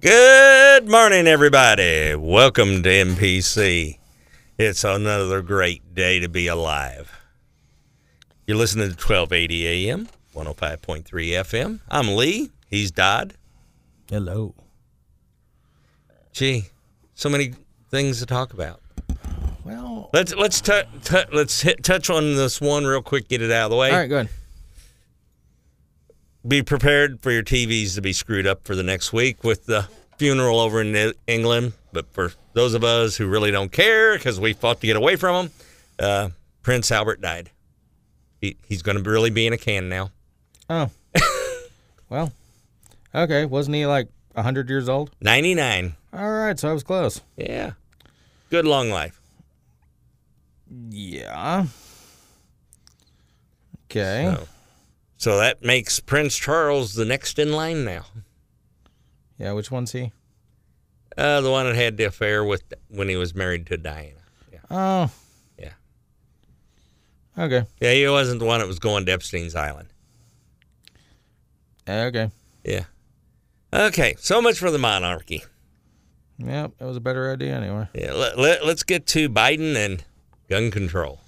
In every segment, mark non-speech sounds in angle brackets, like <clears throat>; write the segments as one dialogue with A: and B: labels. A: Good morning, everybody. Welcome to MPC. It's another great day to be alive. You're listening to 1280 AM, 105.3 FM. I'm Lee. He's Dodd.
B: Hello.
A: Gee, so many things to talk about.
B: Well,
A: Let's let's tu- tu- let's hit, touch on this one real quick. Get it out of the way.
B: all right, good.
A: Be prepared for your TVs to be screwed up for the next week with the funeral over in E- England. But for those of us who really don't care because we fought to get away from him, uh, Prince Albert died. He, he's going to really be in a can now.
B: Oh. <laughs> well, okay. Wasn't he like 100 years old?
A: 99.
B: All right, so I was close.
A: Yeah. Good long life.
B: Yeah. Okay.
A: So, so that makes Prince Charles the next in line now.
B: Yeah, which one's he?
A: Uh, the one that had the affair with when he was married to Diana. Yeah.
B: Oh,
A: Yeah.
B: okay.
A: Yeah, he wasn't the one that was going to Epstein's Island.
B: Okay.
A: Yeah. Okay, so much for the monarchy.
B: Yep, that was a better idea anyway.
A: Yeah, let, let, us get to Biden and gun control.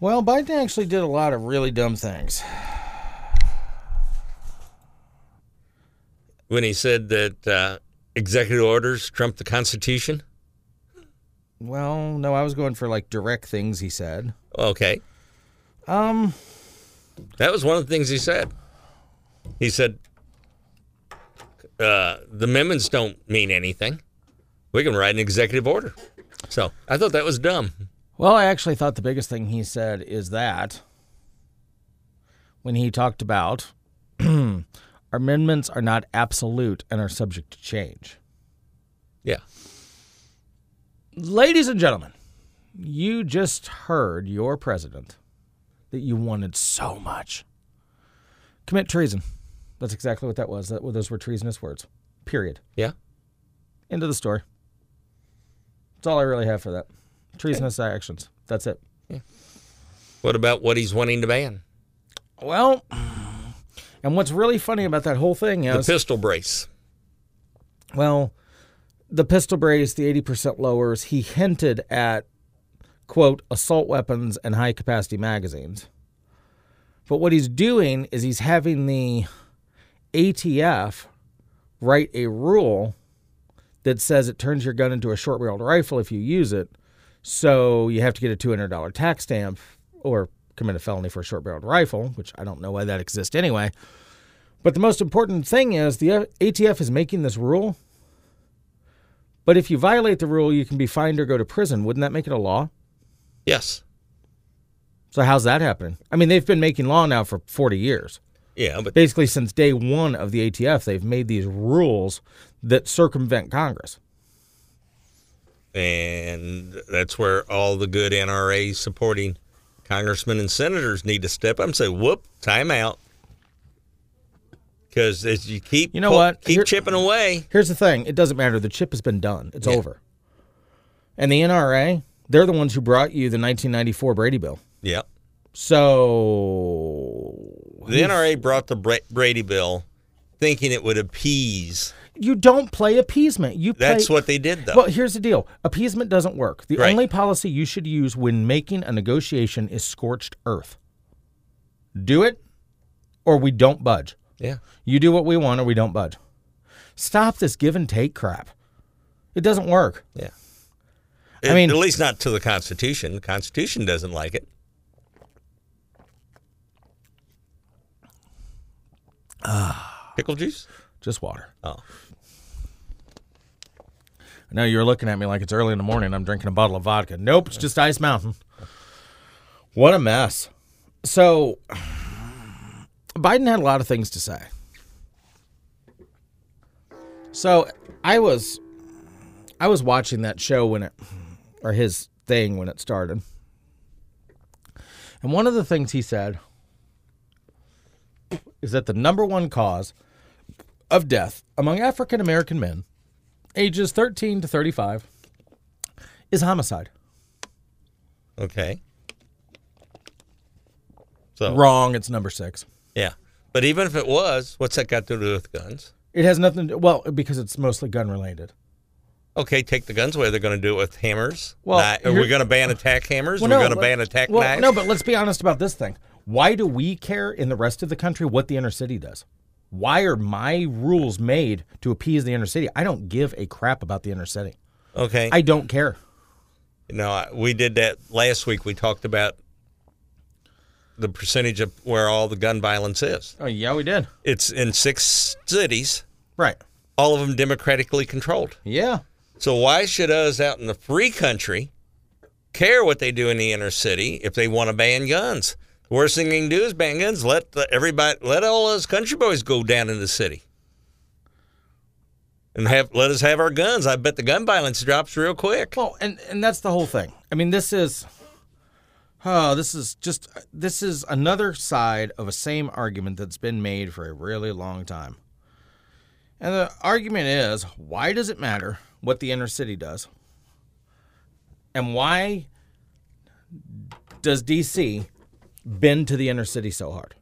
B: Well, Biden actually did a lot of really dumb things.
A: When he said that uh, executive orders trump the Constitution.
B: Well, no, I was going for like direct things he said.
A: Okay,
B: Um,
A: that was one of the things he said. He said uh, the amendments don't mean anything. We can write an executive order. So I thought that was dumb.
B: Well, I actually thought the biggest thing he said is that when he talked about <clears throat> our amendments are not absolute and are subject to change.
A: Yeah.
B: Ladies and gentlemen, you just heard your president that you wanted so much commit treason. That's exactly what that was. That those were treasonous words. Period.
A: Yeah.
B: End of the story. That's all I really have for that. Treasonous actions. That's it.
A: What about what he's wanting to ban?
B: Well, and what's really funny about that whole thing
A: The
B: is,
A: pistol brace.
B: well, the pistol brace, the 80% lowers, he hinted at, quote, assault weapons and high capacity magazines. But what he's doing is he's having the ATF write a rule that says it turns your gun into a short barreled rifle if you use it. So you have to get a $200 tax stamp or commit a felony for a short barreled rifle, which I don't know why that exists anyway. But the most important thing is the ATF is making this rule. But if you violate the rule, you can be fined or go to prison. Wouldn't that make it a law?
A: Yes.
B: So how's that happening? I mean, they've been making law now for 40 years.
A: Yeah, but
B: Basically, since day one of the ATF, they've made these rules that circumvent Congress.
A: And that's where all the good NRA supporting congressmen and senators need to step up and say, whoop, time out. Because as you keep,
B: You know what?
A: keep
B: Here-
A: chipping away.
B: Here's the thing it doesn't matter. The chip has been done, it's over. And the NRA, they're the ones who brought you the 1994 Brady Bill.
A: Yep.
B: So
A: The NRA brought the Bra- Brady bill thinking it would appease.
B: you don't play appeasement. You play,
A: That's what they did, though.
B: Well, here's the deal. Appeasement doesn't work. The
A: Right.
B: only policy you should use when making a negotiation is scorched earth. Do it or we don't budge.
A: yeah.
B: You do what we want or we don't budge. Stop this give and take crap. It doesn't work.
A: Yeah.
B: I mean-
A: at least not to the Constitution. The Constitution doesn't like it.
B: Ah.
A: Pickle juice?
B: Just water.
A: Oh.
B: I know you're looking at me like it's early in the morning. I'm drinking a bottle of vodka. Nope, it's just Ice Mountain. What a mess. So, Biden had a lot of things to say. So, I was I was watching that show when it or his thing when it started. And one of the things he said is that the number one cause of death among African American men ages 13 to 35 is homicide.
A: Okay. So
B: Wrong, it's number six.
A: yeah, but even if it was, what's that got to do with guns?
B: It has nothing. To, well, because it's mostly gun related.
A: Okay, take the guns away. They're going to do it with hammers.
B: Well,
A: Kni- are
B: here-
A: we going to ban attack hammers?
B: Well,
A: We're
B: no,
A: going to
B: but-
A: ban attack
B: well,
A: knives.
B: No, but let's be honest about this thing. Why do we care in the rest of the country what the inner city does? Why are my rules made to appease the inner city? I don't give a crap about the inner city.
A: okay.
B: I don't care.
A: No, I- we did that last week. We talked about the percentage of where all the gun violence is.
B: Oh yeah, we did.
A: It's in six cities,
B: Right.
A: all of them democratically controlled.
B: Yeah.
A: So why should us out in the free country care what they do in the inner city if they want to ban guns? The worst thing they can do is ban guns. Let the, everybody, let all us country boys go down in the city, and have let us have our guns. I bet the gun violence drops real quick.
B: Well, and and that's the whole thing. I mean, this is, oh, this is just this is another side of a same argument that's been made for a really long time. And the argument is, why does it matter what the inner city does? And why does DC bend to the inner city so hard?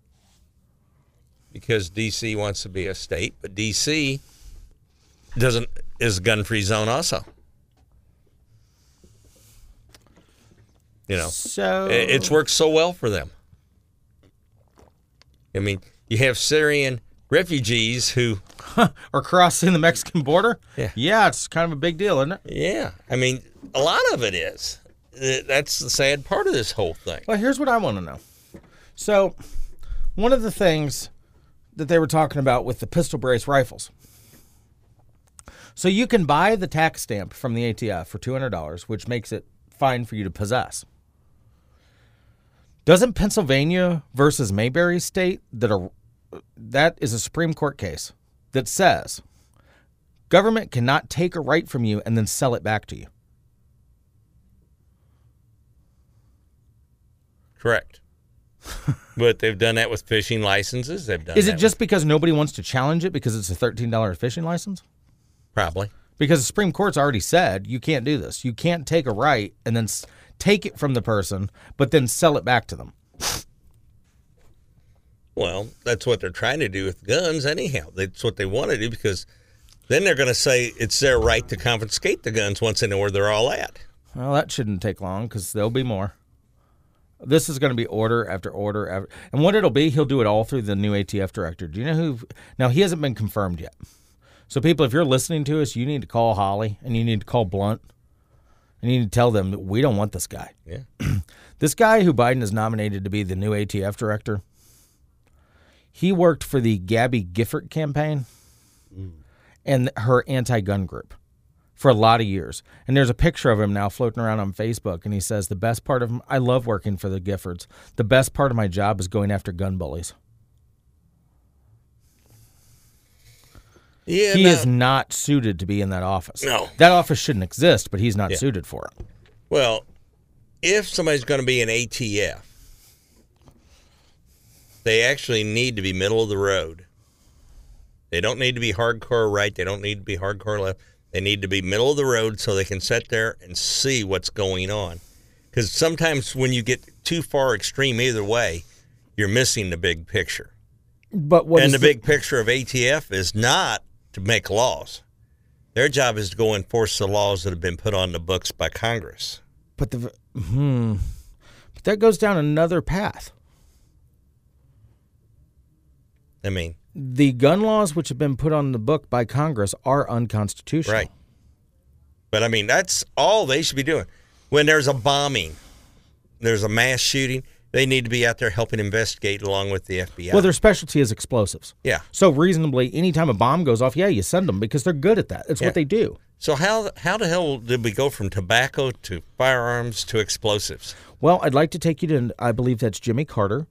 A: because DC wants to be a state, but DC doesn't is a gun free zone also. You know,
B: So
A: i-
B: Oh.
A: it's worked so well for them. I mean, you have Syrian refugees who,
B: or crossing the Mexican border?
A: Yeah.
B: Yeah, it's kind of a big deal, isn't it?
A: yeah, I mean, a lot of it is. Th- That's the sad part of this whole thing.
B: Well, here's what I want to know. So, one of the things that they were talking about with the pistol brace rifles. So, you can buy the tax stamp from the ATF for $200, which makes it fine for you to possess. Doesn't Pennsylvania versus Mayberry state that a that is a Supreme Court case that says government cannot take a right from you and then sell it back to you. <laughs>
A: Correct. but they've done that with fishing licenses. They've done
B: Is
A: that
B: it
A: with-
B: just because nobody wants to challenge it because it's a $13 fishing license?
A: probably?
B: because the Supreme Court's already said you can't do this. You can't take a right and then s- take it from the person, but then sell it back to them.
A: Well, that's what they're trying to do with guns, anyhow. That's what they want to do because then they're going to say it's their right to confiscate the guns once they know where they're all at.
B: Well, that shouldn't take long because there'll be more. This is going to be order after order after, and what it'll be, he'll do it all through the new ATF director. Do you know who? Now he hasn't been confirmed yet. So people, if you're listening to us, you need to call Holly and you need to call Blunt, and you need to tell them that we don't want this guy.
A: Yeah.
B: <clears throat> This guy who Biden has nominated to be the new ATF director, he worked for the Gabby Gifford campaign and her anti gun group for a lot of years. And there's a picture of him now floating around on Facebook. And he says, The best part of m- I love working for the Giffords. The best part of my job is going after gun bullies.
A: Yeah.
B: He
A: no.
B: is not suited to be in that office.
A: uh, No.
B: That office shouldn't exist, but he's not suited for it.
A: Well, if somebody's going to be an ATF, they actually need to be middle of the road. They don't need to be hardcore right. They don't need to be hardcore left. They need to be middle of the road so they can sit there and see what's going on. Because sometimes when you get too far extreme either way, you're missing the big picture.
B: But what is
A: and the big picture of ATF is not to make laws. Their job is to go enforce the laws that have been put on the books by Congress.
B: But the hmm, but that goes down another path.
A: I mean,
B: The gun laws which have been put on the book by Congress are unconstitutional.
A: Right. But I mean, that's all they should be doing. When there's a bombing, there's a mass shooting, they need to be out there helping investigate along with the FBI.
B: Well, their specialty is explosives.
A: yeah.
B: So reasonably, anytime a bomb goes off, yeah, you send them because they're good at that. It's
A: Yeah.
B: what they do.
A: So how how the hell did we go from tobacco to firearms to explosives?
B: Well, I'd like to take you to, I believe that's Jimmy Carter.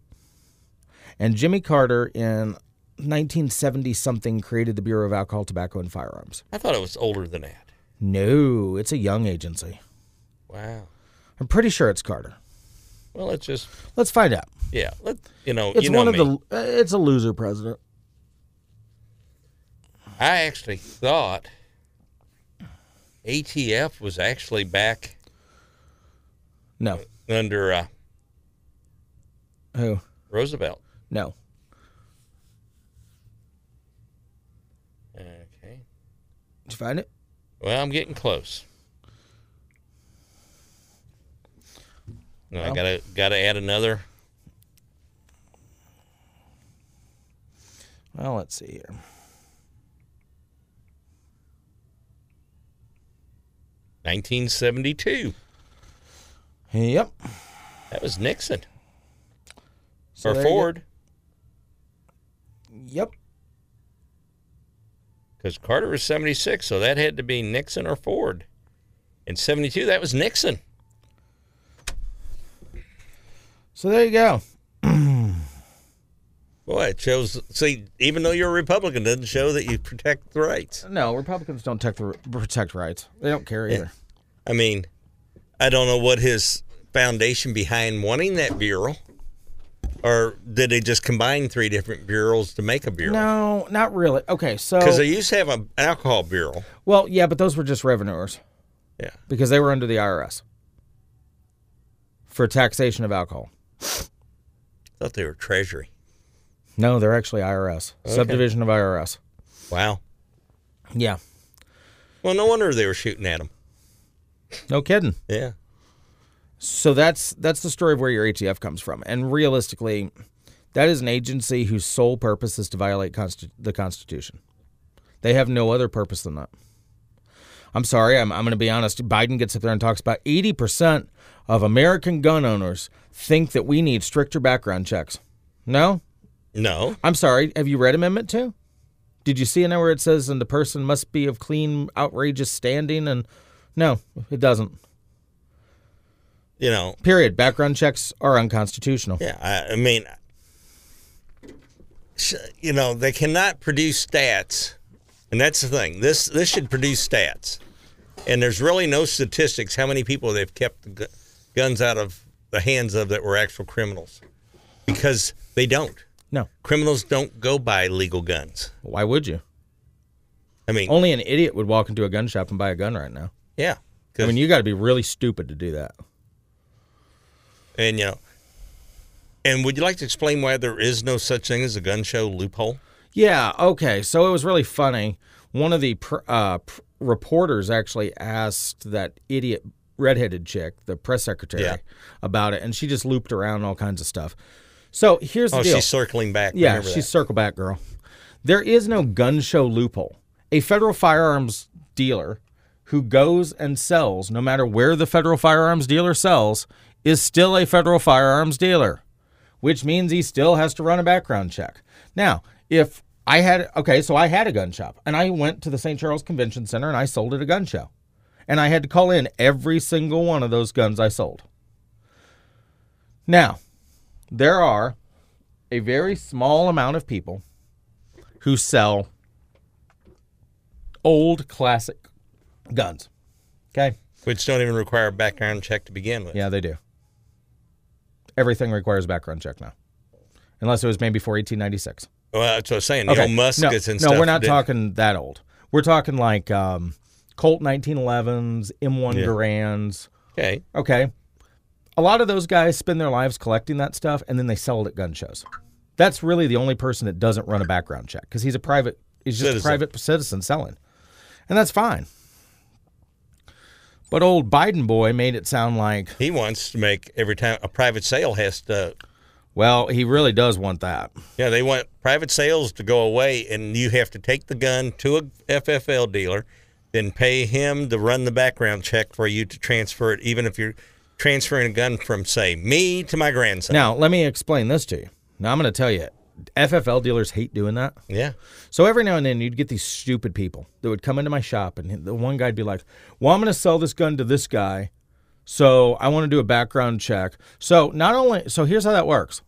B: And Jimmy Carter in 1970 something created the Bureau of Alcohol, Tobacco, and Firearms.
A: I thought it was older than that.
B: No, it's a young agency.
A: Wow.
B: I'm pretty sure it's Carter.
A: Well, it's just
B: Let's find out.
A: yeah. Let you know.
B: It's
A: you know
B: one
A: me.
B: of the. uh, It's a loser president.
A: I actually thought ATF was actually back
B: No.
A: under uh,
B: Who?
A: Roosevelt.
B: No.
A: Okay.
B: Did you find it?
A: Well, I'm getting close. No, I
B: Well.
A: gotta gotta add another.
B: Well, let's see here.
A: Nineteen seventy two.
B: Yep.
A: That was Nixon.
B: So
A: or
B: there you go.
A: Ford.
B: Yep.
A: Because Carter was seventy six, so that had to be Nixon or Ford. In seventy two, that was Nixon.
B: So there you go.
A: Boy, it shows see, even though you're a Republican, doesn't show that you protect the rights.
B: No, Republicans don't tech the, protect rights. They don't care either.
A: I mean, I don't know what his foundation behind wanting that bureau, or did they just combine three different bureaus to make a bureau?
B: No, not really. Okay, so
A: Because they used to have an alcohol bureau.
B: well, yeah, but those were just revenuers
A: Yeah.
B: because they were under the IRS for taxation of alcohol.
A: thought they were treasury.
B: No, they're actually IRS subdivision of IRS.
A: Wow.
B: Yeah,
A: Well, no wonder they were shooting at him.
B: no kidding.
A: Yeah.
B: So that's that's the story of where your ATF comes from, and realistically, that is an agency whose sole purpose is to violate consti- the Constitution. They have no other purpose than that. I'm sorry, I'm, I'm going to be honest. Biden gets up there and talks about 80% of American gun owners think that we need stricter background checks. No,
A: No.
B: I'm sorry. Have you read Amendment 2? Did you see in there where it says, and the person must be of clean, outrageous standing? And no, it doesn't.
A: You know.
B: Period. Background checks are unconstitutional.
A: Yeah. I, I mean, sh- you know, they cannot produce stats, and that's the thing. This this should produce stats, and there's really no statistics how many people they've kept the gu- guns out of the hands of that were actual criminals, because they don't.
B: No.
A: Criminals don't go buy legal guns.
B: Why would you?
A: I mean,
B: Only an idiot would walk into a gun shop and buy a gun right now.
A: yeah.
B: I
A: 'Cause-
B: mean, you got to be really stupid to do that.
A: and you know, and would you like to explain why there is no such thing as a gun show loophole?
B: Yeah. Okay. So it was really funny. One of the pr- uh, pr- reporters actually asked that idiot redheaded chick, the press secretary,
A: Yeah.
B: about it, and she just looped around all kinds of stuff. So here's the
A: Oh,
B: deal.
A: she's circling back.
B: Yeah,
A: Remember
B: she's
A: that.
B: circle back girl. There is no gun show loophole. A federal firearms dealer who goes and sells, no matter where the federal firearms dealer sells, is still a federal firearms dealer, which means he still has to run a background check. Now, if I had, okay, so I had a gun shop and I went to the St. Charles Convention Center and I sold at a gun show. And I had to call in every single one of those guns I sold. Now, there are a very small amount of people who sell old classic guns. Okay?
A: which don't even require a background check to begin with.
B: Yeah, they do. Everything requires a background check now. Unless it was made before 1896.
A: Well, that's what I was saying. The old
B: no,
A: muskets and
B: no,
A: stuff.
B: we're not
A: did-
B: talking that old. We're talking like um, Colt 1911s, M1
A: Yeah.
B: Garands.
A: Okay.
B: Okay. A lot of those guys spend their lives collecting that stuff and then they sell it at gun shows. That's really the only person that doesn't run a background check because he's a private, he's just
A: Citizen.
B: a private citizen selling. And that's fine. But old Biden boy made it sound like,
A: He wants to make every time a private sale has to.
B: well, he really does want that.
A: Yeah, they want private sales to go away, and you have to take the gun to a FFL dealer, then pay him to run the background check for you to transfer it, even if you're transferring a gun from, say, me to my grandson.
B: Now, let me explain this to you. Now, I'm going to tell you, FFL dealers hate doing that.
A: Yeah.
B: So every now and then you'd get these stupid people that would come into my shop, and the one guy'd be like, "Well, I'm going to sell this gun to this guy, so I want to do a background check." So not only, so here's how that works: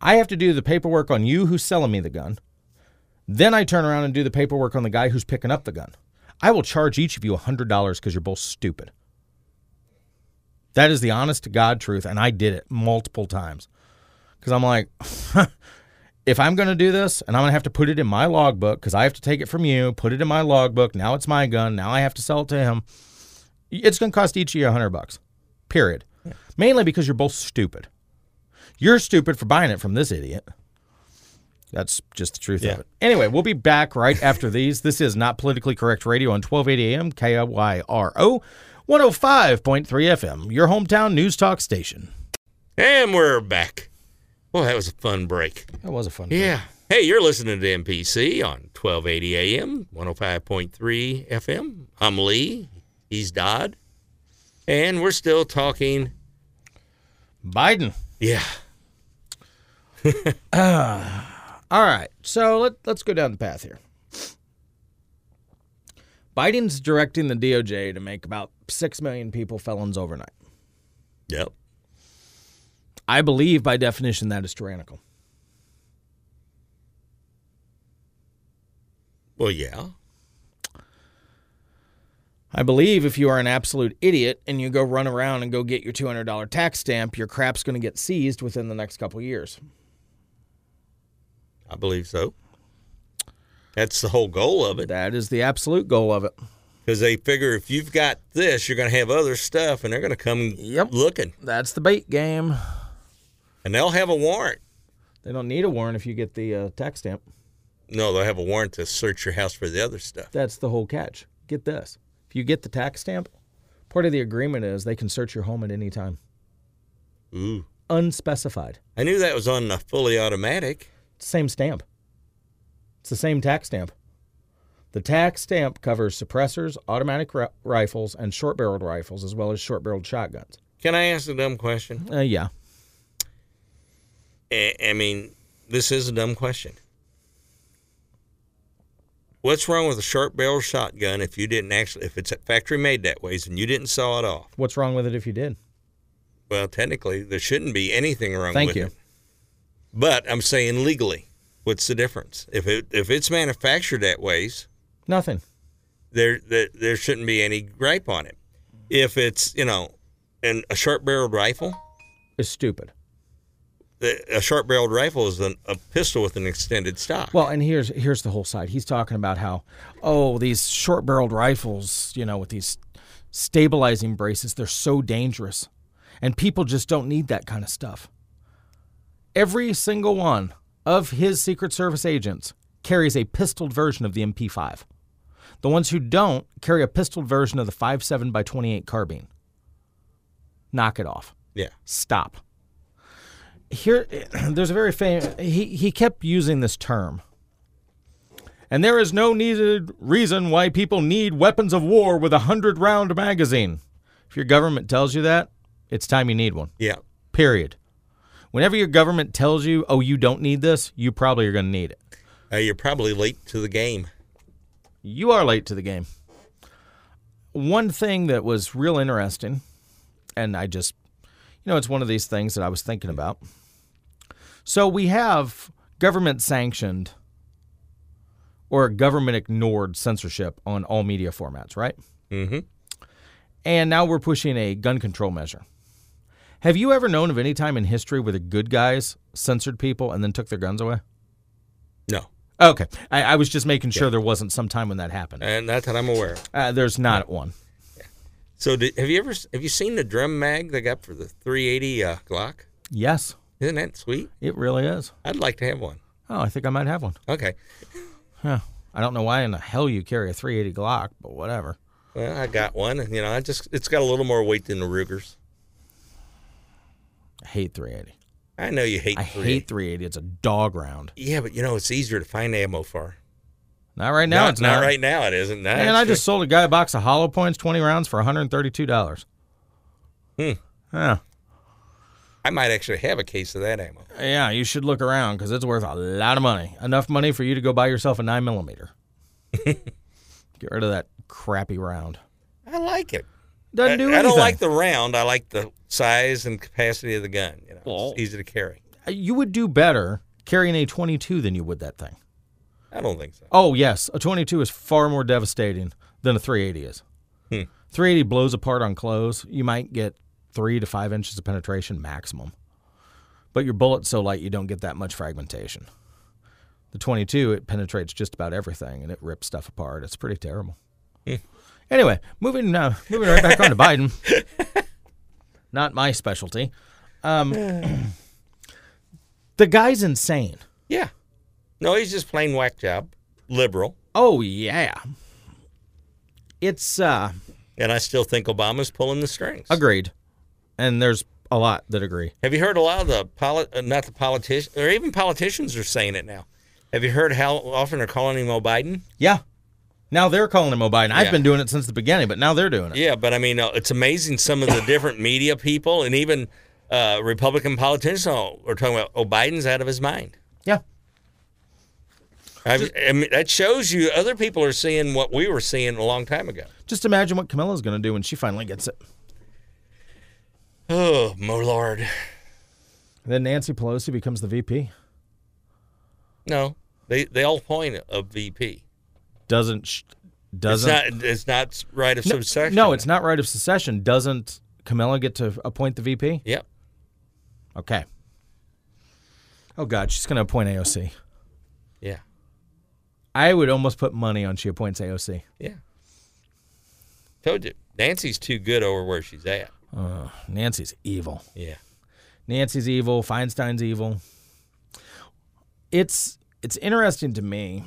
B: I have to do the paperwork on you who's selling me the gun, then I turn around and do the paperwork on the guy who's picking up the gun. I will charge each of you hundred dollars because you're both stupid. That is the honest to God truth, and I did it multiple times because I'm like, if I'm going to do this and I'm going to have to put it in my logbook because I have to take it from you, put it in my logbook. Now it's my gun. Now I have to sell it to him. It's going to cost each of you a hundred bucks, period. Mainly because you're both stupid. You're stupid for buying it from this idiot. That's just the truth
A: Yeah.
B: of it. Anyway, we'll be back right after these. This is Not Politically Correct Radio on 1280 AM, KYRO, 105.3 FM, your hometown news talk station.
A: And we're back. Well, that was a fun break.
B: That was a fun
A: Yeah. Hey, you're listening to MPC on 1280 AM, 105.3 FM. I'm Lee. He's Dodd. And we're still talking.
B: Biden.
A: Yeah.
B: All right. So let, let's go down the path here. Biden's directing the DOJ to make about 6 million people felons overnight.
A: Yep.
B: I believe by definition that is tyrannical.
A: Well, yeah.
B: I believe if you are an absolute idiot and you go run around and go get your $200 tax stamp, your crap's going to get seized within the next couple years.
A: I believe so. That's the whole goal of it.
B: That is the absolute goal of it.
A: Because they figure if you've got this, you're going to have other stuff and they're going to come
B: Yep.
A: looking.
B: That's the bait game.
A: And they'll have a warrant.
B: They don't need a warrant if you get the uh, tax stamp.
A: No, they'll have a warrant to search your house for the other stuff.
B: That's the whole catch. Get this. If you get the tax stamp, part of the agreement is they can search your home at any time,
A: Ooh.
B: unspecified.
A: I knew that was on the fully automatic.
B: Same stamp. It's the same tax stamp. The tax stamp covers suppressors, automatic ri- rifles, and short barreled rifles, as well as short barreled shotguns.
A: Can I ask a dumb question?
B: Uh, yeah.
A: I I mean, this is a dumb question. What's wrong with a sharp barrel shotgun if you didn't actually, if it's factory made that ways and you didn't saw it off?
B: What's wrong with it if you did?
A: Well, technically, there shouldn't be anything wrong
B: Thank
A: with
B: you.
A: it. But I'm saying legally, what's the difference? If it if it's manufactured that ways,
B: Nothing.
A: there there, there shouldn't be any gripe on it. If it's you know, an, a sharp barreled rifle,
B: It's stupid.
A: the, a sharp barreled rifle is an, a pistol with an extended stock.
B: Well, and here's here's the whole side. He's talking about how, oh, these short barreled rifles, you know, with these stabilizing braces, they're so dangerous. And people just don't need that kind of stuff. Every single one of his Secret Service agents carries a pistoled version of the MP5. The ones who don't carry a pistoled version of the 5.7 by 28 carbine. Knock it off.
A: yeah,
B: stop. Here, <clears throat> there's a very famous. He he kept using this term. And there is no needed reason why people need weapons of war with a hundred round magazine. If your government tells you that, it's time you need one.
A: yeah.
B: Period. Whenever your government tells you, "Oh, you don't need this," you probably are going to need it.
A: Uh, you're probably late to the game.
B: You are late to the game. One thing that was real interesting, and I just, you know, it's one of these things that I was thinking about. So we have government sanctioned or government ignored censorship on all media formats, right?
A: Mm-hmm.
B: And now we're pushing a gun control measure. Have you ever known of any time in history where the good guys censored people and then took their guns away?
A: No,
B: Okay. I, I was just making sure there wasn't some time when that happened.
A: and not that I'm aware. of.
B: Uh, there's not one.
A: So, did, have you ever have you seen the drum mag they got for the 380 uh, Glock?
B: Yes.
A: Isn't that sweet?
B: It really is.
A: I'd like to have one.
B: Oh, I think I might have one.
A: Okay.
B: Huh. I don't know why in the hell you carry a 380 Glock, but whatever.
A: Well, I got one, and you know, I just it's got a little more weight than the Rugers.
B: I hate 380.
A: I know you hate.
B: I
A: three.
B: hate 380. It's a dog round.
A: Yeah, but you know, it's easier to find ammo for.
B: Not right now.
A: not,
B: it's not,
A: right now. It isn't. That's
B: And I
A: true.
B: just sold a guy a box of hollow points, 20 rounds for 132 dollars.
A: Hmm.
B: Yeah.
A: I might actually have a case of that ammo.
B: Yeah. You should look around because it's worth a lot of money. Enough money for you to go buy yourself a
A: <laughs>
B: nine millimeter. Get rid of that crappy round.
A: I like it.
B: Doesn't
A: I,
B: do
A: I
B: anything.
A: don't like the round. I like the size and capacity of the gun. You know,
B: Well-
A: it's easy to carry.
B: You would do better carrying a 22 than you would that thing.
A: I don't think so.
B: Oh yes, a 22 is far more devastating than a 380 is. 380 blows apart on clothes. You might get three to five inches of penetration maximum, but your bullet's so light you don't get that much fragmentation. The 22 it penetrates just about everything and it rips stuff apart. It's pretty terrible. Anyway, moving uh, moving right back on to Biden. Not my <clears throat> specialty. Um, the guy's insane.
A: Yeah. No, he's just plain whack job, liberal.
B: Oh yeah. It's uh
A: And I still think Obama's pulling the strings.
B: agreed. And there's a lot that agree.
A: Have you heard a lot of the polit- uh, not the politicians, or even politicians are saying it now? Have you heard how often they're calling him O'Biden?
B: Yeah. Now they're calling him O'Biden.
A: Yeah.
B: I've been doing it since the beginning, but now they're doing it.
A: Yeah, but I mean, uh, it's amazing some of the different media people and even uh, Republican politicians are talking about O'Biden's out of his mind.
B: Yeah.
A: I, I mean, that shows you other people are seeing what we were seeing a long time ago.
B: Just imagine what Camilla's going to do when she finally gets it.
A: Oh, my lord!
B: Then Nancy Pelosi becomes the VP.
A: No, they they all point a VP.
B: Doesn't sh-
A: It's
B: doesn't
A: not it's not right of subsection.
B: No, it's not right of secession. Doesn't Camilla get to appoint the VP?
A: Yep.
B: Okay. Oh god, she's going to appoint AOC.
A: Yeah.
B: I would almost put money on she appoints AOC.
A: Yeah. Told you, Nancy's too good over where she's at.
B: Nancy's evil.
A: Yeah.
B: Nancy's evil, Feinstein's evil. It's it's interesting to me.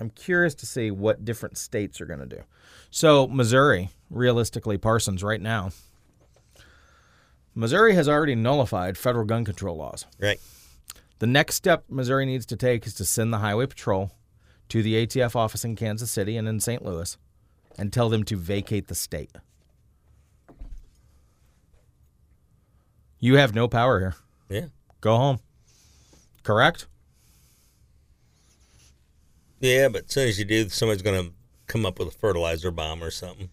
B: I'm curious to see what different states are going to do. So, Missouri, realistically Parsons right now. Missouri has already nullified federal gun control laws.
A: Right.
B: The next step Missouri needs to take is to send the highway patrol to the ATF office in Kansas City and in St. Louis and tell them to vacate the state. You have no power here.
A: Yeah.
B: Go home. Correct?
A: Yeah, but as soon as you do, somebody's going to come up with a fertilizer bomb or something.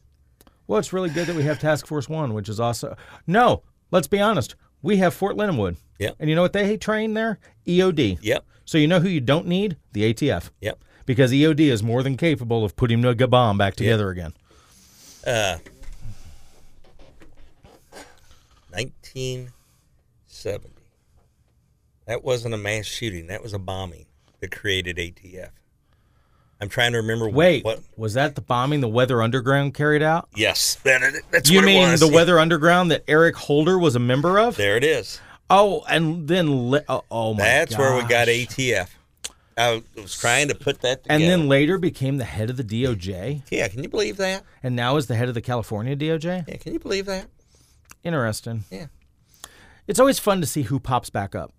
B: Well, it's really good that we have Task Force One, which is also. No, let's be honest. We have Fort Leonard Wood.
A: Yep.
B: And you know what they train there? EOD.
A: Yep.
B: So you know who you don't need? The ATF.
A: Yep.
B: Because EOD is more than capable of putting a bomb back together again.
A: Uh, 1970. That wasn't a mass shooting. That was a bombing that created ATF. I'm trying to remember
B: Wait,
A: what.
B: was that the bombing the Weather Underground carried out?
A: Yes, that, that's
B: you
A: what
B: mean
A: it was.
B: the
A: Yeah.
B: Weather Underground that Eric Holder was a member of?
A: There it is.
B: Oh, and then li- oh, oh my,
A: That's where we got
B: gosh.
A: ATF. I was trying to put that together.
B: And then later became the head of the DOJ,
A: yeah, can you believe that?
B: and now is the head of the California DOJ.
A: Yeah, can you believe that?
B: Interesting.
A: Yeah.
B: It's always fun to see who pops back up.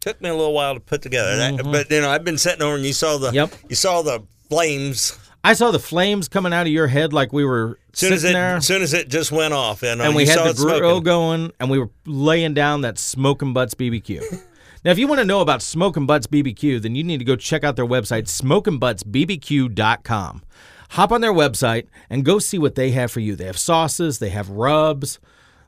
A: took me a little while to put together that, but you know i've been sitting over and you saw the
B: Mm-hmm. Yep.
A: you saw the flames
B: I saw the flames coming out of your head like we were
A: soon
B: sitting
A: as it
B: there,
A: soon as it just went off you know,
B: and we
A: you
B: had
A: saw
B: the oh,
A: it smoking.
B: grill going, and we were laying down that Smoking Butts
A: <laughs>
B: BBQ. now, if you want to know about Smoking Butts BBQ, then you need to go check out their website, smokingbutsbbq.com. Hop on their website and go see what they have for you. They have sauces, they have rubs,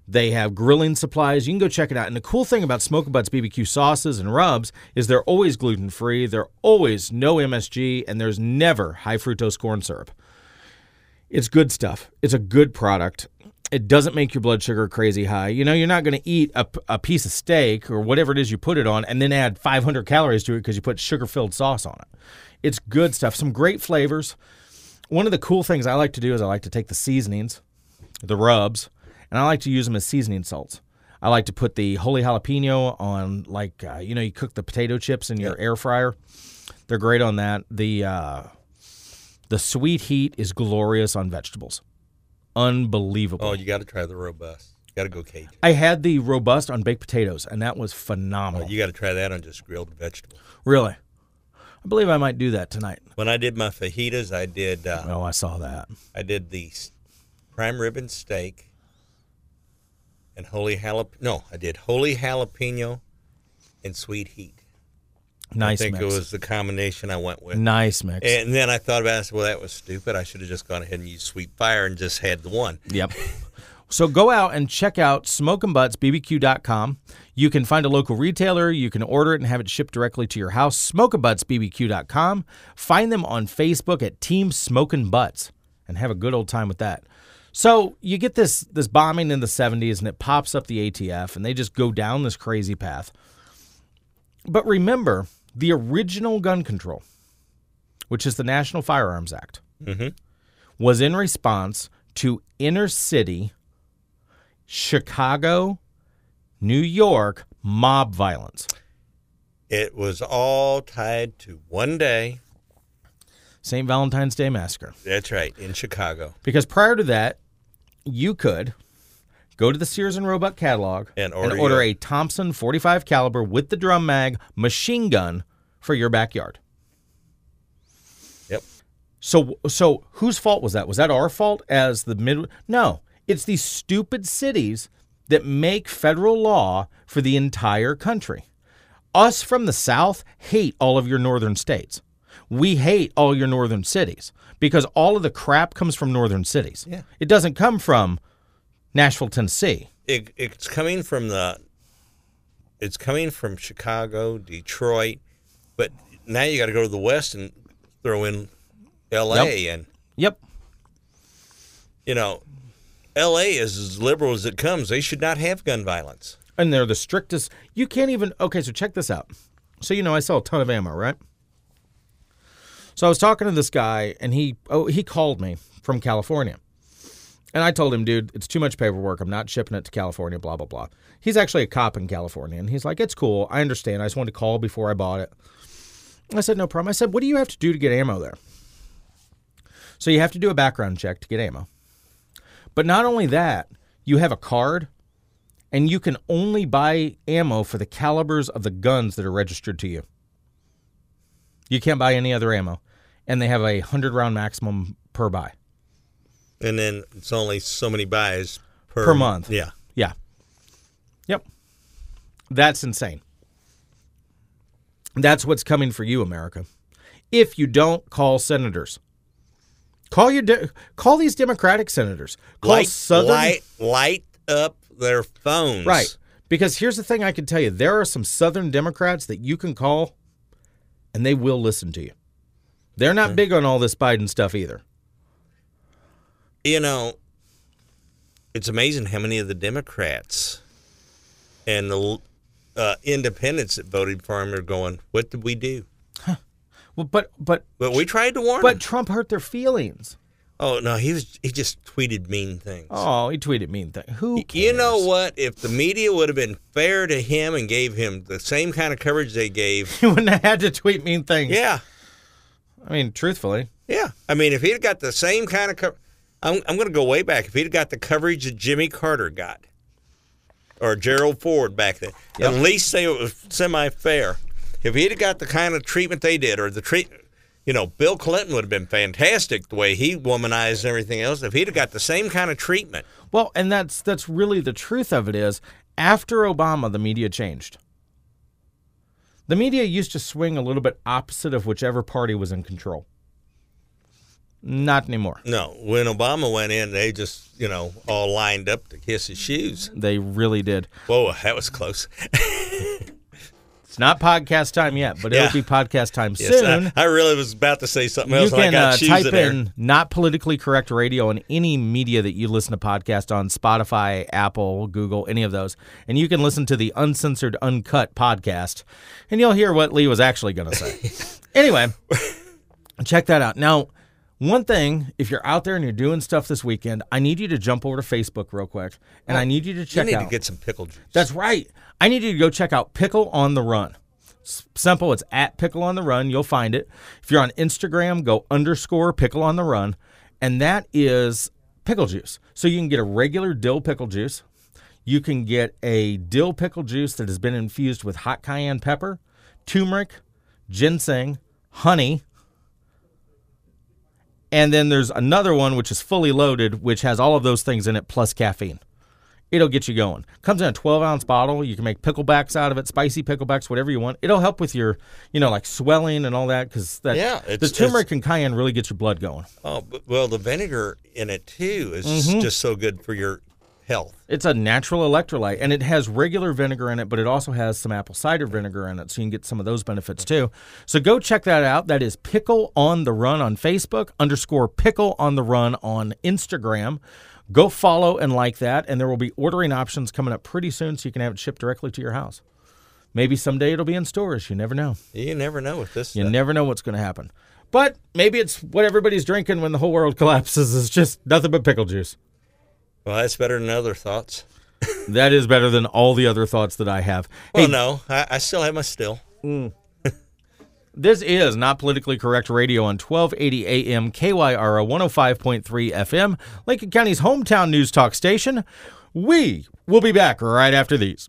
B: they have grilling supplies. You can go check it out. And the cool thing about Smoking Butts BBQ sauces and rubs is they're always gluten free, they're always no MSG, and there's never high fructose corn syrup. It's good stuff. It's a good product. It doesn't make your blood sugar crazy high. You know, you're not going to eat a, p- a piece of steak or whatever it is you put it on and then add 500 calories to it because you put sugar filled sauce on it. It's good stuff. Some great flavors. One of the cool things I like to do is I like to take the seasonings, the rubs, and I like to use them as seasoning salts. I like to put the holy jalapeno on, like, uh, you know, you cook the potato chips in your air fryer. They're great on that. The, uh, the sweet heat is glorious on vegetables. Unbelievable.
A: oh you got to try the robust you got to go cajun
B: I had the robust on baked potatoes, and that was phenomenal.
A: you got to try that on just grilled vegetables
B: really. I believe I might do that tonight.
A: when i did my fajitas i did uh,
B: Oh, I saw that.
A: i did the s- prime rib steak and holy jalapeno no i did holy jalapeno and sweet heat i
B: Nice
A: think
B: mix.
A: it was the combination i went with
B: nice mix.
A: and then I thought about it. I said, well, that was stupid. I should have just gone ahead and used Sweet Fire and just had the one.
B: Yep. So go out and check out smokeandbuttsbbq.com. You can find a local retailer, you can order it and have it shipped directly to your house. Smokeandbuttsbbq.com. Find them on Facebook at Team Smokin' Butts and have a good old time with that. So you get this this bombing in the 70s and it pops up the ATF and they just go down this crazy path. But remember the original gun control, which is the National Firearms Act was in response to inner city Chicago, New York mob violence.
A: It was all tied to one day.
B: St. Valentine's Day Massacre.
A: That's right, in Chicago.
B: Because prior to that, you could go to the Sears and Roebuck catalog
A: And order
B: order
A: your-
B: a Thompson 45 caliber with the drum mag machine gun for your backyard.
A: Yep.
B: So so whose fault was that? Was that our fault as the mid No, it's these stupid cities that make federal law for the entire country. Us from the south hate all of your northern states. We hate all your northern cities because all of the crap comes from northern cities.
A: Yeah.
B: It doesn't come from Nashville, Tennessee.
A: It, it's coming from the. It's coming from Chicago, Detroit, but now you got to go to the West and throw in L.A. and
B: Yep.
A: you know, L.A. is as liberal as it comes. They should not have gun violence.
B: And they're the strictest. You can't even. Okay, so check this out. So, you know, I sell a ton of ammo, right? So I was talking to this guy, and he oh he called me from California, and I told him, dude, it's too much paperwork. I'm not shipping it to California. Blah blah blah. He's actually a cop in California, and he's like, it's cool. I understand. I just wanted to call before I bought it. I said, no problem. I said, what do you have to do to get ammo there? So you have to do a background check to get ammo. But not only that, you have a card and you can only buy ammo for the calibers of the guns that are registered to you. You can't buy any other ammo, and they have a 100 round maximum per buy.
A: And then it's only so many buys per,
B: Per month.
A: Yeah.
B: Yeah. Yep. That's insane. That's what's coming for you, America. If you don't call senators, call your de- call these Democratic senators. Call
A: light,
B: Southern
A: light, light up their phones.
B: Right. Because here's the thing I can tell you there are some Southern Democrats that you can call and they will listen to you. They're not big on all this Biden stuff either.
A: You know, it's amazing how many of the Democrats and the uh, independents that voted for him are going, "What did we do?"
B: Well, but but
A: But we tried to warn
B: but
A: him.
B: Trump hurt their feelings.
A: Oh no, he was he just tweeted mean things.
B: Oh, he tweeted mean thing. Who
A: You know
B: cares?
A: what? If the media would have been fair to him and gave him the same kind of coverage they gave,
B: <laughs> he wouldn't have had to tweet mean things.
A: yeah,
B: I mean, truthfully,
A: Yeah, I mean, if he'd got the same kind of, co- I'm I'm going to go way back. If he'd got the coverage that Jimmy Carter got, or Gerald Ford back then, at least they were semi fair. If he'd got the kind of treatment they did, or the treat, you know, Bill Clinton would have been fantastic the way he womanized and everything else. If he'd have got the same kind of treatment,
B: well, and that's that's really the truth of it is after Obama the media changed. The media used to swing a little bit opposite of whichever party was in control. Not anymore.
A: no. When Obama went in, they just you know all lined up to kiss his shoes.
B: They really did.
A: Whoa, that was close. <laughs>
B: It's not podcast time yet, but
A: Yeah.
B: it'll be podcast time
A: Yes, I-
B: soon.
A: I, really was about to say something
B: you
A: else. and I
B: can
A: got
B: uh,
A: shoes
B: type
A: in, there.
B: in "not politically correct radio" in any media that you listen to podcast on Spotify, Apple, Google, any of those, and you can listen to the uncensored, uncut podcast, and you'll hear what Lee was actually going
A: <laughs>
B: to say. anyway, check that out. Now, one thing, if you're out there and you're doing stuff this weekend, I need you to jump over to Facebook real quick, and I need you to
A: You
B: check
A: need
B: out.
A: to get some pickle juice.
B: That's right. I need you to go check out Pickle on the Run. S- Simple. It's at Pickle on the Run. You'll find it. If you're on Instagram, go underscore Pickle on the Run. And that is pickle juice. So you can get a regular dill pickle juice. You can get a dill pickle juice that has been infused with hot cayenne pepper, turmeric, ginseng, honey. And then there's another one which is fully loaded, which has all of those things in it plus caffeine it'll get you going. Comes in a 12 ounce bottle. You can make picklebacks out of it, spicy picklebacks, whatever you want. It'll help with your, you know, like swelling and all that because that
A: Yeah, it's-
B: the
A: it's-
B: turmeric and cayenne really gets your blood going.
A: Oh, but, well, the vinegar in it too is
B: Mm-hmm.
A: just so good for your health.
B: It's a natural electrolyte and it has regular vinegar in it, but it also has some apple cider vinegar in it. So you can get some of those benefits too. So go check that out. That is Pickle on the Run on Facebook, underscore Pickle on the Run on Instagram. Go follow and like that. And there will be ordering options coming up pretty soon so you can have it shipped directly to your house. Maybe someday it'll be in stores. You never know.
A: You never know with this.
B: You
A: stuff.
B: never know what's going to happen. But maybe it's what everybody's drinking when the whole world <laughs> collapses is just nothing but pickle juice.
A: well, that's better than other thoughts.
B: That is better than all the other thoughts that I have.
A: Well,
B: Hey,
A: no, I, I still have my still.
B: This is Not Politically Correct Radio on 1280 AM KYRO 105.3 FM, Lincoln County's hometown news talk station. We will be back right after these.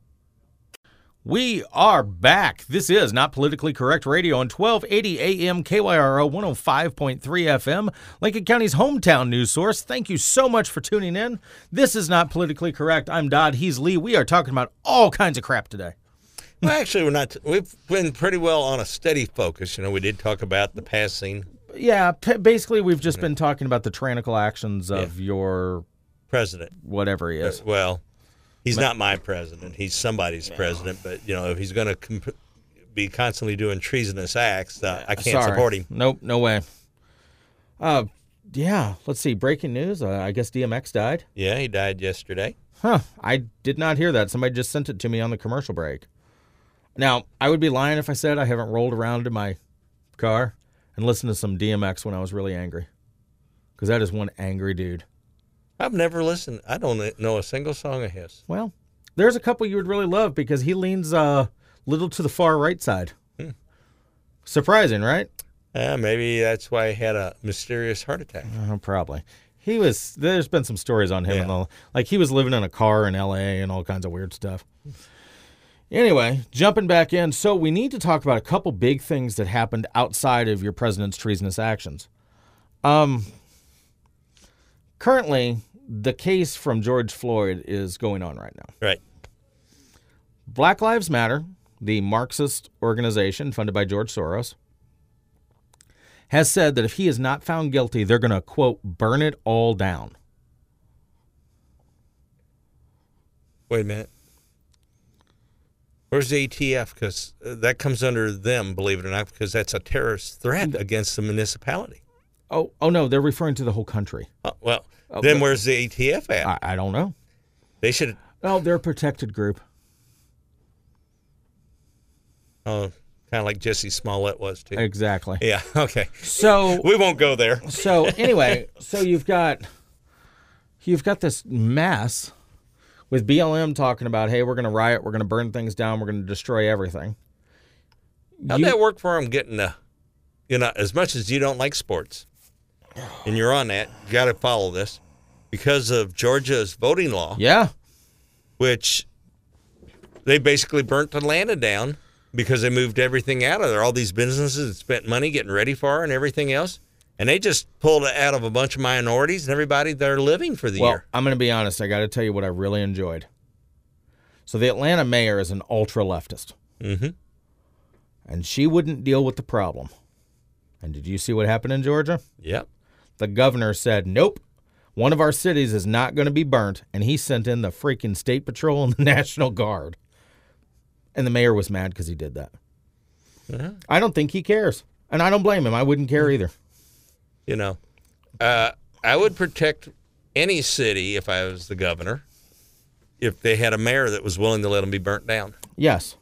B: We are back. This is Not Politically Correct Radio on 1280 AM KYRO 105.3 FM, Lincoln County's hometown news source. Thank you so much for tuning in. This is Not Politically Correct. I'm Dodd. He's Lee. We are talking about all kinds of crap today.
A: Well, actually, we're not. We've been pretty well on a steady focus. You know, we did talk about the passing
B: Yeah, p- basically, we've just been talking about the tyrannical actions of your
A: president.
B: whatever he is.
A: Well, he's not my president. He's somebody's president. But you know, if he's going to comp- be constantly doing treasonous acts, uh, I can't
B: Sorry.
A: support him.
B: Nope, no way. Uh, yeah. Let's see. Breaking news. Uh, I guess DMX died.
A: Yeah, he died yesterday.
B: Huh. I did not hear that. Somebody just sent it to me on the commercial break. Now, I would be lying if I said I haven't rolled around in my car and listened to some DMX when I was really angry, because that is one angry dude.
A: I've never listened. I don't know a single song of his.
B: Well, there's a couple you would really love because he leans a uh, little to the far right side. Surprising, right?
A: Uh, maybe that's why he had a mysterious heart attack.
B: Oh, probably. He was. There's been some stories on him, and all, like he was living in a car in L.A. and all kinds of weird stuff. Anyway, jumping back in, so we need to talk about a couple big things that happened outside of your president's treasonous actions. Um, currently, the case from George Floyd is going on right now.
A: Right.
B: Black Lives Matter, the Marxist organization funded by George Soros, has said that if he is not found guilty, they're going to, quote, burn it all down.
A: Wait a minute. Where's the E ATF? Because uh, that comes under them, believe it or not, because that's a terrorist threat against the municipality.
B: Oh, oh no, they're referring to the whole country.
A: Oh, well, then
B: but-
A: where's the ATF at?
B: I, I don't know.
A: they should.
B: Oh, they're a protected group.
A: Oh, kind of like Jesse Smollett was too.
B: Exactly.
A: yeah. <laughs> Okay.
B: So
A: We won't go there.
B: so anyway, so you've got you've got this mess with BLM talking about, hey, we're going to riot, we're going to burn things down, we're going to destroy everything.
A: How'd
B: You-
A: that work for him getting the, you know, as much as you don't like sports and you're on that, you got to follow this because of Georgia's voting law,
B: yeah.
A: which they basically burnt Atlanta down because they moved everything out of there. All these businesses that spent money getting ready for her and everything else. And they just pulled it out of a bunch of minorities and everybody that are living for the
B: Well,
A: year.
B: I'm going to be honest. I got to tell you what I really enjoyed. So the Atlanta mayor is an ultra leftist,
A: Mhm.
B: and she wouldn't deal with the problem. And did you see what happened in Georgia?
A: Yep.
B: The governor said, "Nope, one of our cities is not going to be burnt," and he sent in the freaking state patrol and the <laughs> national guard. And the mayor was mad because he did that.
A: Uh-huh.
B: I don't think he cares, and I don't blame him. I wouldn't care
A: Mm.
B: either.
A: you know, uh, I would protect any city if I was the governor, if they had a mayor that was willing to let them be burnt down.
B: Yes,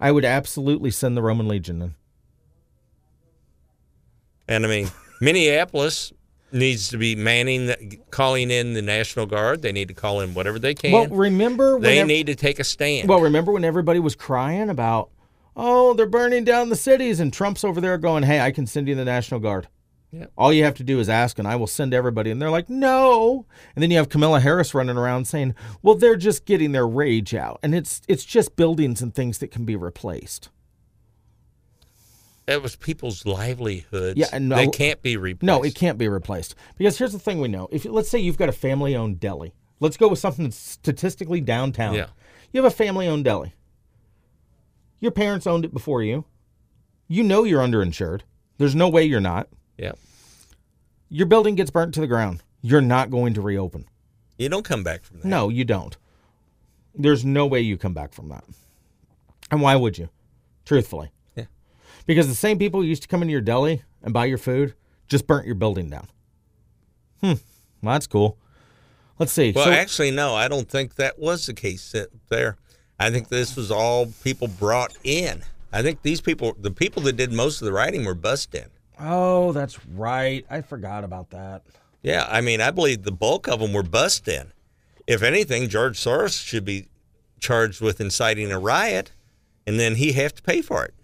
B: I would absolutely send the Roman legion in.
A: And I mean, Minneapolis needs to be manning, the, calling in the National Guard. They need to call in whatever they can.
B: Well, remember when
A: they
B: ev-
A: need to take a stand.
B: Well, remember when everybody was crying about, oh, they're burning down the cities, and Trump's over there going, hey, I can send you the National Guard.
A: Yeah.
B: All you have to do is ask, and I will send everybody. And they're like, no. And then you have Camilla Harris running around saying, well, they're just getting their rage out, and it's it's just buildings and things that can be replaced.
A: that was people's livelihoods.
B: Yeah, and
A: they
B: no-
A: can't be replaced.
B: No, it can't be replaced because here's the thing we know: if let's say you've got a family-owned deli, let's go with something that's statistically downtown.
A: Yeah.
B: You have a family-owned deli. Your parents owned it before you. You know you're underinsured. There's no way you're not.
A: Yeah,
B: Your building gets burnt to the ground. You're not going to reopen.
A: you don't come back from that.
B: No, you don't. There's no way you come back from that. And why would you? Truthfully.
A: Yeah.
B: Because the same people who used to come into your deli and buy your food just burnt your building down. Hmm. Well, that's cool. Let's see.
A: Well,
B: so,
A: actually, no. I don't think that was the case that- there. I think this was all people brought in. I think these people, the people that did most of the writing, were bussed in.
B: oh, that's right. I forgot about that.
A: Yeah, I mean, I believe the bulk of them were bussed in. If anything, George Soros should be charged with inciting a riot, and then he have to pay for it.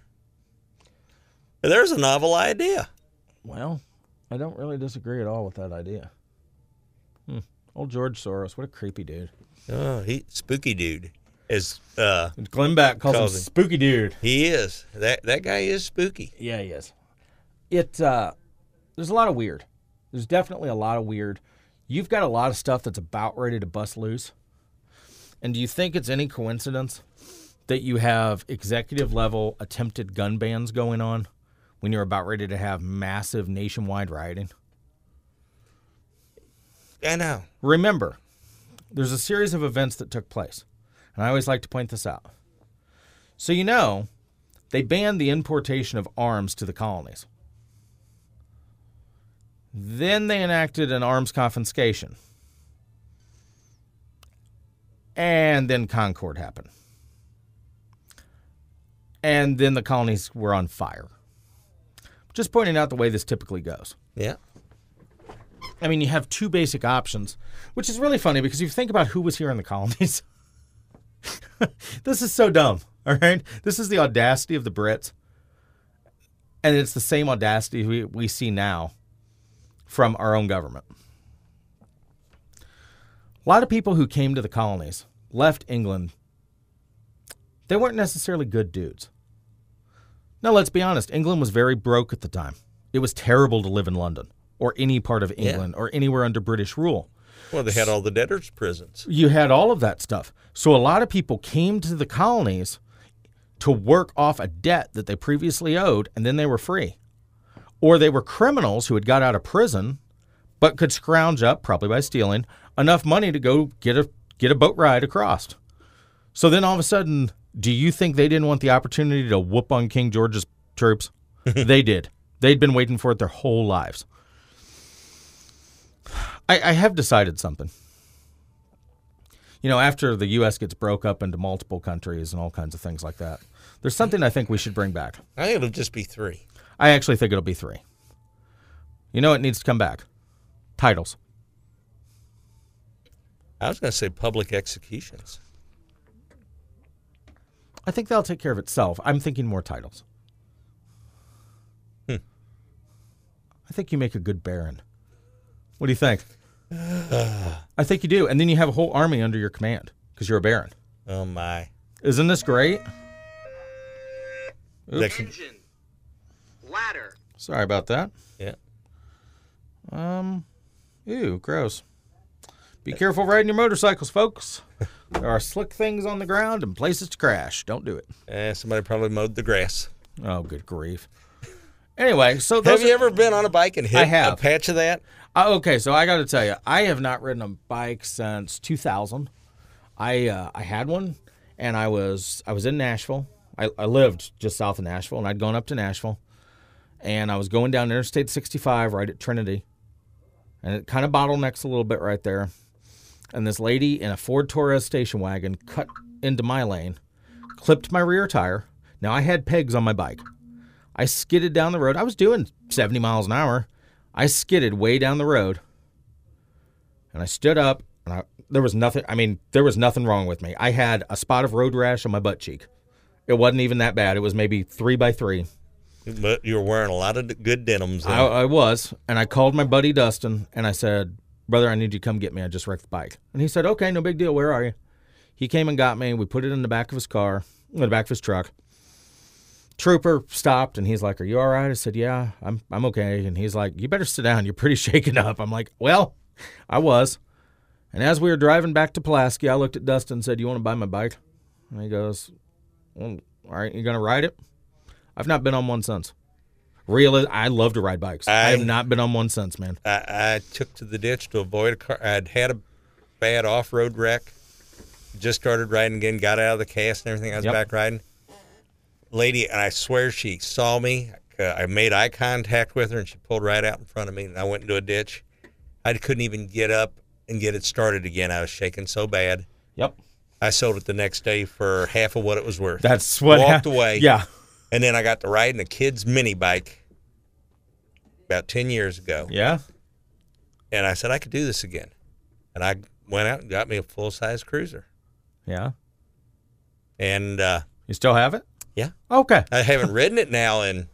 A: There's a novel idea.
B: Well, I don't really disagree at all with that idea. Hmm. Old George Soros, what a creepy dude.
A: Oh, he spooky dude. Is uh
B: Glenn Beck calls,
A: Calls
B: him
A: him.
B: spooky dude.
A: he is. That that guy is spooky.
B: Yeah, he is. It uh, there's a lot of weird. There's definitely a lot of weird. You've got a lot of stuff that's about ready to bust loose. And do you think it's any coincidence that you have executive level attempted gun bans going on when you're about ready to have massive nationwide rioting?
A: I know.
B: Remember, there's a series of events that took place, and I always like to point this out. So, you know, they banned the importation of arms to the colonies. Then they enacted an arms confiscation. And then Concord happened. And then the colonies were on fire. Just pointing out the way this typically goes.
A: Yeah.
B: I mean, you have two basic options, which is really funny because if you think about who was here in the colonies, <laughs> this is so dumb. All right, this is the audacity of the Brits, and it's the same audacity we, we see now from our own government. A lot of people who came to the colonies left England. They weren't necessarily good dudes. Now, let's be honest, England was very broke at the time. It was terrible to live in London or any part of England or anywhere under British rule.
A: Well, they had all the debtors' prisons.
B: You had all of that stuff. So, a lot of people came to the colonies to work off a debt that they previously owed, and then they were free. Or they were criminals who had got out of prison but could scrounge up, probably by stealing, enough money to go get a get a boat ride across. So then all of a sudden, do you think they didn't want the opportunity to whoop on King George's troops? they did. They'd been waiting for it their whole lives. I, I have decided something. You know, after the U.S. gets broke up into multiple countries and all kinds of things like that, there's something I think we should bring back.
A: I think it'll just be three.
B: I actually think it'll be three. You know, it needs to come back. Titles.
A: I was gonna say public executions.
B: I think that'll take care of itself. I'm thinking more titles. I think you make a good baron. What do you think? <sighs> I think you do. And then you have a whole army under your command because you're a baron.
A: Oh my.
B: Isn't this great?
A: That could-
C: Engine. Ladder.
B: Sorry about that.
A: yeah.
B: Um, ew, gross. Be careful riding your motorcycles, folks. There are slick things on the ground and places to crash. Don't do it.
A: Eh, somebody probably mowed the grass.
B: Oh, good grief. Anyway, so those
A: Have you
B: are-
A: ever been on a bike and hit
B: I have.
A: a patch of that?
B: Uh, okay, so I got to tell you, I have not ridden a bike since 2000. I uh, I had one, and I was I was in Nashville. I, I lived just south of Nashville, and I'd gone up to Nashville, and I was going down Interstate 65 right at Trinity, and it kind of bottlenecks a little bit right there. And this lady in a Ford Torres station wagon cut into my lane, clipped my rear tire. Now I had pegs on my bike. I skidded down the road. I was doing 70 miles an hour. I skidded way down the road and I stood up and I, there was nothing. I mean, there was nothing wrong with me. I had a spot of road rash on my butt cheek. It wasn't even that bad. It was maybe three by three.
A: But you were wearing a lot of d- good denims. then.
B: I, I was, and I called my buddy Dustin and I said, Brother, I need you to come get me. I just wrecked the bike. And he said, Okay, no big deal. Where are you? He came and got me. We put it in the back of his car, in the back of his truck. Trooper stopped and he's like, Are you all right? I said, Yeah, I'm, I'm okay. And he's like, You better sit down. You're pretty <laughs> shaken up. I'm like, Well, I was. And as we were driving back to Pulaski, I looked at Dustin and said, You want to buy my bike? And he goes, well, All right, you going to ride it? I've not been on one since. Real, I love to ride bikes. I,
A: I-
B: have not been on one since, man.
A: I, I took to the ditch to avoid a car. I'd had a bad off road wreck. Just started riding again, got out of the cast and everything. I was
B: Yep.
A: back riding. Lady, and I swear she saw me. Uh, I made eye contact with her and she pulled right out in front of me and I went into a ditch. I couldn't even get up and get it started again. I was shaking so bad.
B: Yep.
A: I sold it the next day for half of what it was worth.
B: That's what
A: Walked away.
B: Yeah.
A: And then I got to ride in a kid's mini bike about 10 years ago.
B: Yeah.
A: And I said, I could do this again. And I went out and got me a full size cruiser.
B: Yeah.
A: And uh,
B: You still have it?
A: Yeah.
B: Okay. <laughs>
A: I haven't ridden it now in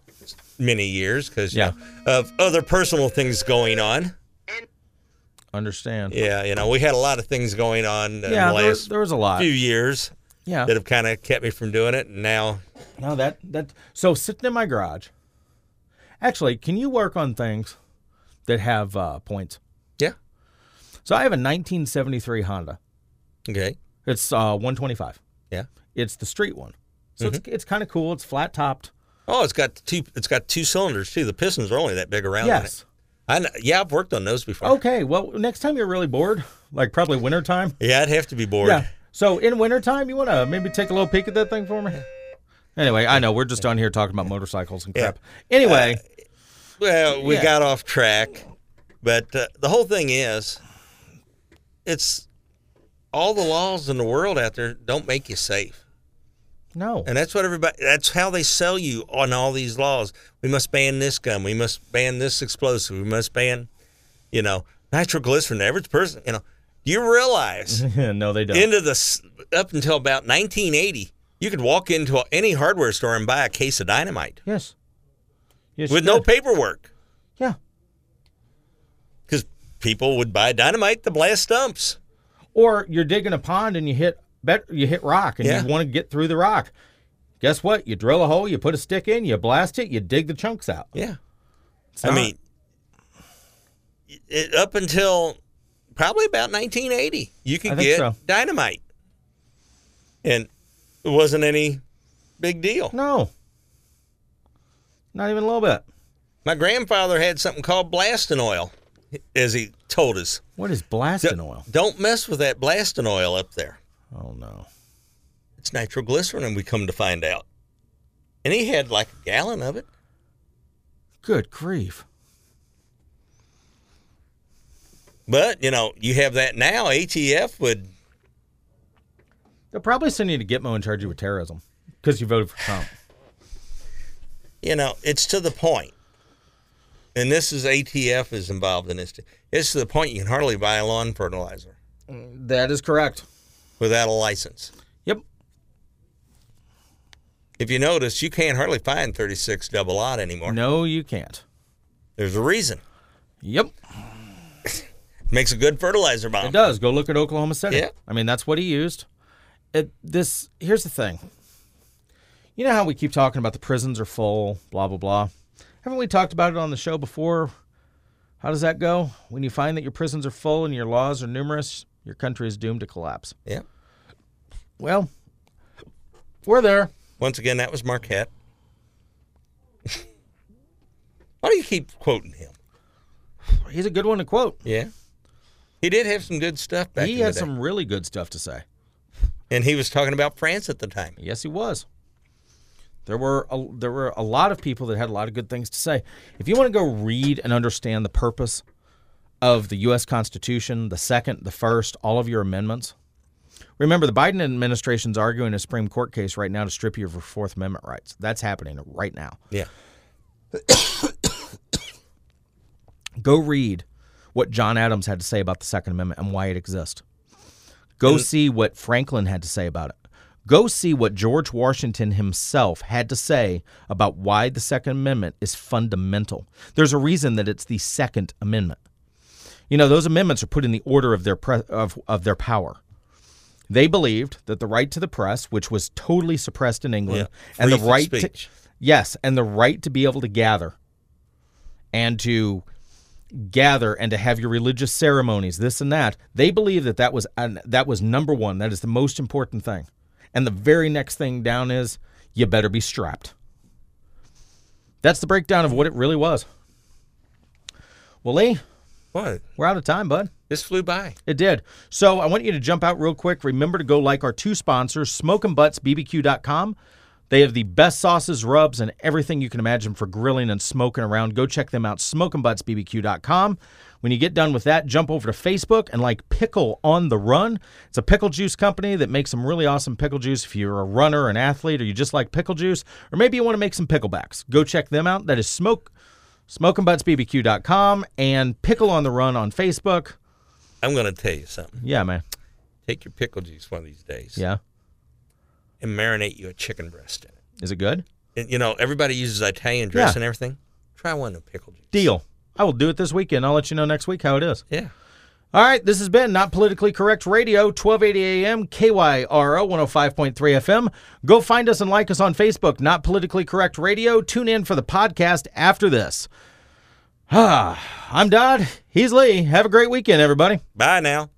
A: many years because
B: Yeah.
A: of other personal things going on.
C: and
B: Understand?
A: Yeah, you know, we had a lot of things going on uh,
B: Yeah,
A: in the
B: there, was-
A: last
B: there was a lot.
A: few years
B: Yeah.
A: that have kind of kept me from doing it, and now
B: No, that that so sitting in my garage. Actually, can you work on things that have uh, points?
A: yeah,
B: So I have a 1973 Honda.
A: okay,
B: It's uh, 125.
A: yeah.
B: It's the street one. So it's
A: Mm-hmm.
B: it's kind of cool. It's flat topped.
A: Oh, it's got two. It's got two cylinders too. The pistons are only that big around. in it.
B: Yes. Oh.
A: I kn- yeah, I've worked on those before.
B: Okay. Well, next time you're really bored, like probably wintertime.
A: Yeah, I'd have to be bored.
B: Yeah. So in wintertime, you want to maybe take a little peek at that thing for me? Anyway, I know we're just on here talking about motorcycles and crap. Anyway,
A: Uh, Well, we
B: Yeah.
A: got off track, but uh, the whole thing is, it's all the laws in the world out there don't make you safe,
B: no.
A: and that's what everybody. That's how they sell you on all these laws. We must ban this gun. We must ban this explosive. We must ban, you know, nitroglycerin. The average person, you know, do you realize
B: <laughs> no, they don't.
A: into the s- up until about 1980, you could walk into a- any hardware store and buy a case of dynamite
B: yes. Yes.
A: with
B: you
A: no
B: did.
A: paperwork.
B: Yeah.
A: because people would buy dynamite to blast stumps.
B: Or you're digging a pond and you hit bet you hit rock and
A: Yeah.
B: you want to get through the rock. Guess what? You drill a hole, you put a stick in, you blast it, you dig the chunks out.
A: Yeah,
B: It's
A: I
B: not-
A: mean, it, up until probably about 1980, you
B: I
A: could
B: think
A: get
B: so.
A: dynamite, and it wasn't any big deal.
B: no, not even a little bit.
A: My grandfather had something called blasting oil, as he told us.
B: What is blasting oil?
A: Don't mess with that blasting oil up there.
B: Oh no.
A: It's nitroglycerin, and we come to find out. And he had like a gallon of it.
B: Good grief.
A: But, you know, you have that now. ATF would
B: They'll probably send you to Gitmo and charge you with terrorism because you voted for Trump.
A: you know, it's to the point, and this is ATF is involved in this. too. It's to the point you can hardly buy a lawn fertilizer
B: that is correct.
A: without a license.
B: Yep.
A: If you notice, you can't hardly find 36 double odd anymore.
B: No, you can't.
A: There's a reason.
B: Yep.
A: Makes a good fertilizer
B: It
A: bomb.
B: does. Go look at Oklahoma City.
A: Yeah.
B: I mean, that's what he used. It, this here's the thing. You know how we keep talking about the prisons are full, blah blah blah. Haven't we talked about it on the show before? How does that go? When you find that your prisons are full and your laws are numerous, your country is doomed to collapse.
A: Yeah.
B: Well, we're there.
A: Once again, that was Marquette. <laughs> Why do you keep quoting him?
B: He's a good one to quote.
A: Yeah. He did have some good stuff back in
B: he
A: the
B: had
A: day.
B: some really good stuff to say.
A: and he was talking about France at the time.
B: Yes, he was. There were a, there were a lot of people that had a lot of good things to say. If you want to go read and understand the purpose of the U.S. Constitution, the second, the first, all of your amendments. Remember, the Biden administration's arguing a Supreme Court case right now to strip you of your Fourth Amendment rights. That's happening right now.
A: Yeah.
B: Go read what John Adams had to say about the Second Amendment and why it exists. Go see what Franklin had to say about it. Go see what George Washington himself had to say about why the Second Amendment is fundamental. There's a reason that it's the Second Amendment. You know, those amendments are put in the order of their pre- of, of their power. They believed that the right to the press, which was totally suppressed in England,
A: Yeah.
B: and the
A: Free
B: right to,
A: speech.
B: yes, and the right to be able to gather and to gather and to have your religious ceremonies, this and that. They believe that that was an, that was number one. That is the most important thing. And the very next thing down is you better be strapped. That's the breakdown of what it really was. Well, Lee,
A: What?
B: we're out of time, bud.
A: This flew by.
B: It did. So I want you to jump out real quick. Remember to go like our two sponsors, smokeandbuttsbbq.com. They have the best sauces, rubs, and everything you can imagine for grilling and smoking around. Go check them out, smokeandbuttsbbq.com. When you get done with that, jump over to Facebook and like Pickle on the Run. It's a pickle juice company that makes some really awesome pickle juice. If you're a runner, an athlete, or you just like pickle juice, or maybe you want to make some picklebacks, go check them out. That is smoke, smokeandbuttsbbq.com and Pickle on the Run on Facebook.
A: I'm going to tell you something.
B: Yeah, man.
A: Take your pickle juice one of these days.
B: Yeah.
A: and marinate you a chicken breast in it.
B: Is it good?
A: and, you know, everybody uses Italian dress
B: Yeah.
A: and everything. Try one of pickle juice.
B: Deal. I will do it this weekend. I'll let you know next week how it is.
A: Yeah.
B: All right, this has been Not Politically Correct Radio, 1280 AM, KYRO 105.3 FM. Go find us and like us on Facebook, Not Politically Correct Radio. Tune in for the podcast after <sighs> this. Ah, I'm Dodd. He's Lee. Have a great weekend, everybody.
A: Bye now.